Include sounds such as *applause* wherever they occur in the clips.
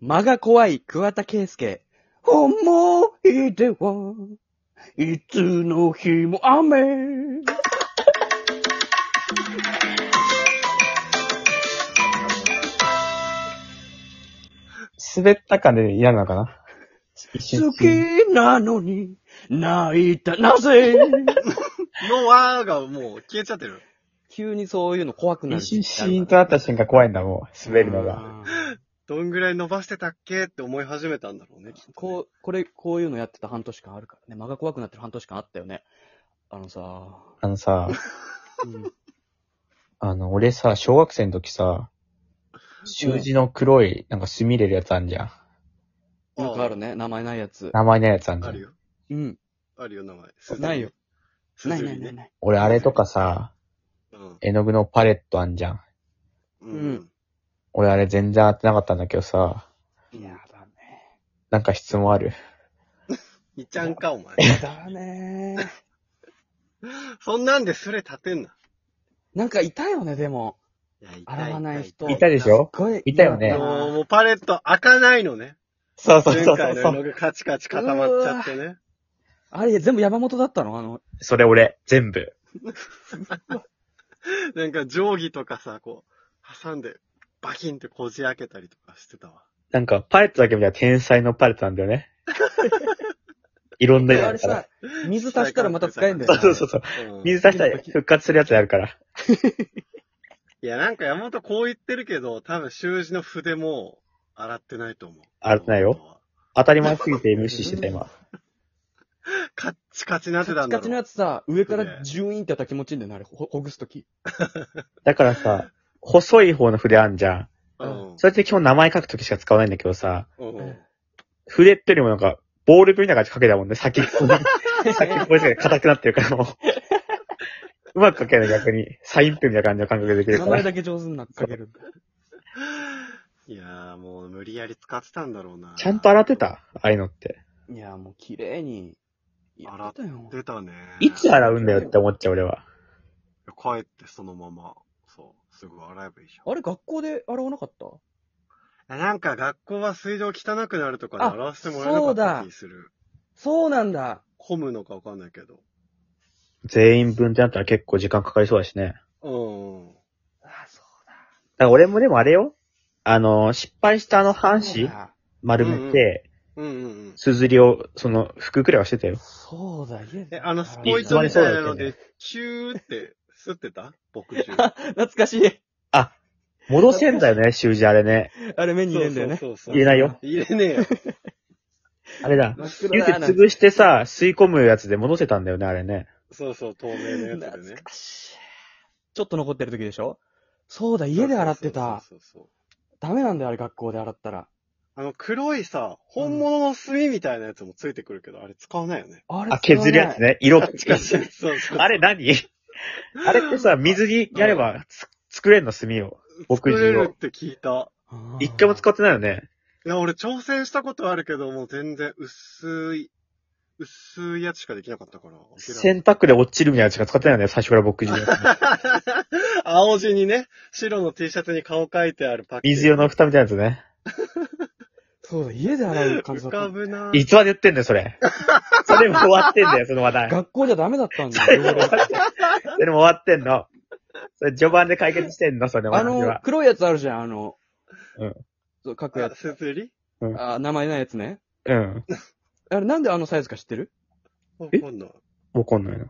間が怖い桑田圭介。思い出はいつの日も雨。滑ったかで嫌なのかな一瞬好。きなのに泣いたな *laughs* ぜのわーがもう消えちゃってる。急にそういうの怖くなる一時瞬期シってあるから。ーンとなった瞬間怖いんだ、もう。滑るのが。うんどんぐらい伸ばしてたっけって思い始めたんだろうね、きっとねこう、これ、こういうのやってた半年間あるからね。間が怖くなってる半年間あったよね。あのさ、あのさ、 *laughs* うんあの、俺さ、小学生の時さ、習字の黒い、なんか墨入れるやつあんじゃん。なんかあるね。名前ないやつ。名前のやつあんじゃあるん。よ。うん。あるよ、名前。ないよ。すないずなりいないね。ない。俺あれとかさ、うん。絵の具のパレットあんじゃん。うん。俺あれ全然当てなかったんだけどさ、いや、だね。なんか質問ある。いっちゃんか、お前。だね。そんなんでスレ立てんな。 *laughs* なんかいたよね、でも。いや、洗わない人いたでしょすごい。いたよねあ嫌だのーなもうパレット開かないのね。そうそう前そうそ回うのそ絵う。の具カチカチ固まっちゃってね。あれ、全部山本だったのあの、それ俺、全部。なんか定規とかさ、こう、挟んで、バキンってこじ開けたりとかしてたわ。なんか、パレットだけ見たら天才のパレットなんだよ *laughs* ね。いろんな色ああれるからさ。、水足したらまた使えんだよそね。うそうそうそう。うん水出したら復活するやつやるから。いや、なんか山本こう言ってるけど、多分習字の筆も洗ってないと思う。洗ってないよ山本は。当たり前すぎて無視してた今。カッチカチなってカたチんカだろチう。のやつさ、上からジューンってやったら気持ちいいんだよね、あれ、ほほぐすとき。だからさ、細い方の筆あんじゃん。うんそれって基本名前書くときしか使わないんだけどさ、うん。筆ってよりもなんか、ボールペンみたいな感じで書けたもんね、先っぽに。 *laughs* 先っぽにしか硬くなってるからもう。うまく書けない逆に、サインペンみたいな感じの感覚でできる名か前ら。だけ上手になってかけるんだ。いやー、もう無理やり使ってたんだろうな。ちゃんと洗ってたああいうのって。いや、もう綺麗に。やってたよ。出たね。いつ洗うんだよって思っちゃう俺は。帰ってそのまま、そう、すぐ洗えばいいじあれ、学校で洗わなかったゃん。なんか学校は水道汚くなるとかであ洗わせてもらえなかった気する。そうなんだ。混むのかわかんないけど。全員分ってなったら結構時間かかりそうだしね。うん。あ、そうだから俺もでもあれよ。あの、失敗したあの半そう紙だ。丸めて、うんうんうん。すずりを、その、服くらいはしてたよ。そうだ、家え、で。あのスポイトみたいなので、キューって吸ってた僕 *laughs* 中。懐かしい。戻せんだよね、習字あれね。あれ、目に入れんだよね。そうそうそう入れないよ。入れねえよ。あれだ。真っ黒言うてだ潰してさ、吸い込むやつで戻せたんだよね、あれね。そうそう、透明のやつで懐ね。かしい。ちょっと残ってる時でしょそうだ、家で洗ってた。そうそうそうそう。ダメなんだよ、あれ、学校で洗ったら。あの、黒いさ、本物の墨みたいなやつもついてくるけど、あれ使わないよね。あれ、あ、削るやつ。ね。色。近し *laughs* い。そうそう。あれ何あれってさ、水着やればつ、作れんの、墨を。作僕れ自るをって聞いた。一回も使っってないよね。いや、俺挑戦したことあるけど、もう全然薄い、薄いやつしかできなかったから。洗濯で落ちるみたいなやつしか使ってないよね、最初から僕自 *laughs* 青地にね、白の T シャツに顔書いてあるパッケージ。水用の蓋みたいなやつね。そうだ、家で洗う感じだ浮っかた。ぶないつまで言ってんだよ、そ *laughs* れ。それも終わってんだよ、その話題。学校じゃダメだ *laughs* ったんだよ、俺それも終わってんの。それ序盤で解決してんの、それあ話のは、。黒いやつあるじゃん、あの。うん。そう、書くやあ、つ。すずりあ、名前ないやつね。うん。あれ、なんであのサイズか知ってるわかんない。怒んないの。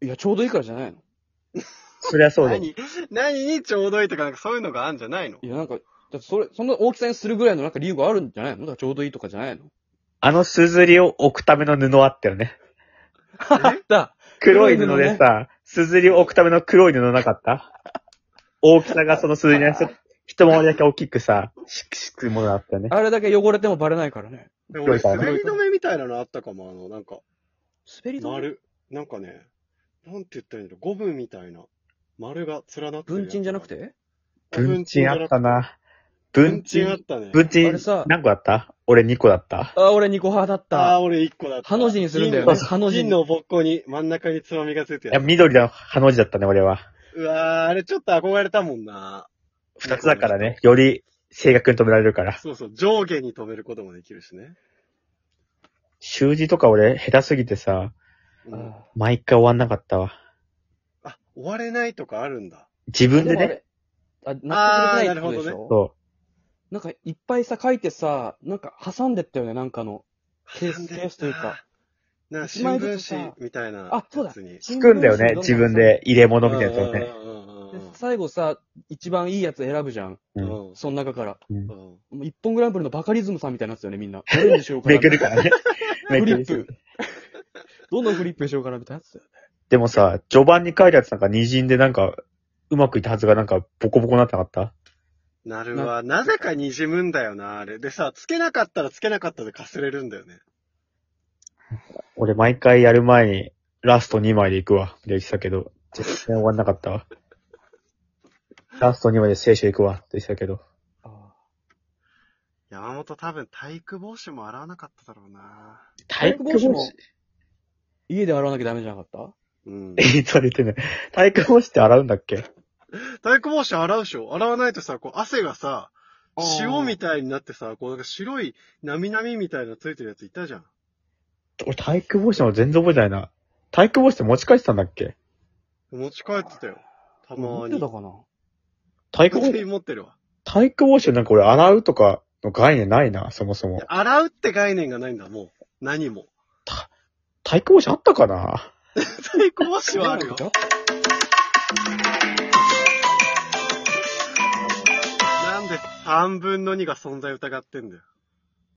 いや、ちょうどいいからじゃないのそりゃそうだよ。何、何にちょうどいいとか、なんかそういうのがあるんじゃないのいや、なんか、だってそれ、そんな大きさにするぐらいのなんか理由があるんじゃないのだからちょうどいいとかじゃないのあのすずりを置くための布あったよね。あった黒黒いい布布でねさ、すずりを置くための黒い布なかった大きさがそのすずりのやつ、一回りだけ大きくさ、しくしくものだったよね。 *laughs* あれだけ汚れてもバレないからね。でも俺、黒いから滑り止めみたいなのあったかも、あの、なんか、滑り止め丸。なんかね、なんて言ったらいいんだろう、ゴムみたいな、丸が連なってるやつ。文鎮じゃなくて文鎮あったな。文文鎮あっ鎮、たね。文あ鎮れさ、何個だった俺2個だった。あ、俺ニコ派だっあた。あ、俺一個だった。ハの字にするんだよね。銀ハの字銀に。のぼっこに真ん中につまみがついていや、る。緑のハの字だったね、俺は。うわー、あれちょっと憧れたもんな。二つだからね、より正確に止められるから。そうそう、上下に止めることもできるしね。習字とか俺、下手すぎてさ、うん、毎回終わんなかったわ。あ、終われないとかあるんだ。自分でもあね、れ。あ、納得できないってことでしあーなるょそなんかいっぱいさ、書いてさ、なんか挟んでったよね、なんかの。ケースケースというか。なんか一新枚ずつさ聞紙みたいなあそうだやつに。う。つくんだよね、自分。で入れ物みたいなやつをね。うんうんうんで最後さ、一番いいやつ選ぶじゃん。うんうその中から。うんうんもう一本グランプリのバカリズムさんみたいなやつよね、みんな。どれにしようかな。めくるからね。*laughs* めフくリるップ。 *laughs* どのフリップにしようかな、みたいなやつだよね。でもさ、序盤に書いたやつなんか二陣でなんか、うまくいったはずがなんか、ボコボコになってなかったなるわ。なぜか滲むんだよな、あれ。でさ、つけなかったらつけなかったでかすれるんだよね。俺毎回やる前に、ラスト2枚で行くわ。って言ってたけど、全然終わんなかったわ。ラスト2枚で聖書行くわ。って言ってたけど。あ山本多分体育帽子も洗わなかっただろうな。体育帽子もー家で洗わなきゃダメじゃなかったうん。 *laughs* えっと、出てない。体育帽子って洗うんだっけ体育帽子洗うでしょ洗わないとさ、こう汗がさ、塩みたたいになってさ、こうなんか白いなみなみみたいなついてるやついたじゃん。俺体育帽子も全然覚えてないな。体育帽子って持ち帰ってたんだっけ持ち帰ってたよ。たま持っにて。たかな体育帽全子、員持ってるわ。体育帽子なんか俺洗うとかの概念ないな、そもそも。洗うって概念がないんだ、もう。何も。体育帽子あったかな体育帽子はあるよ。なんで3分の2が存在疑ってんだよ。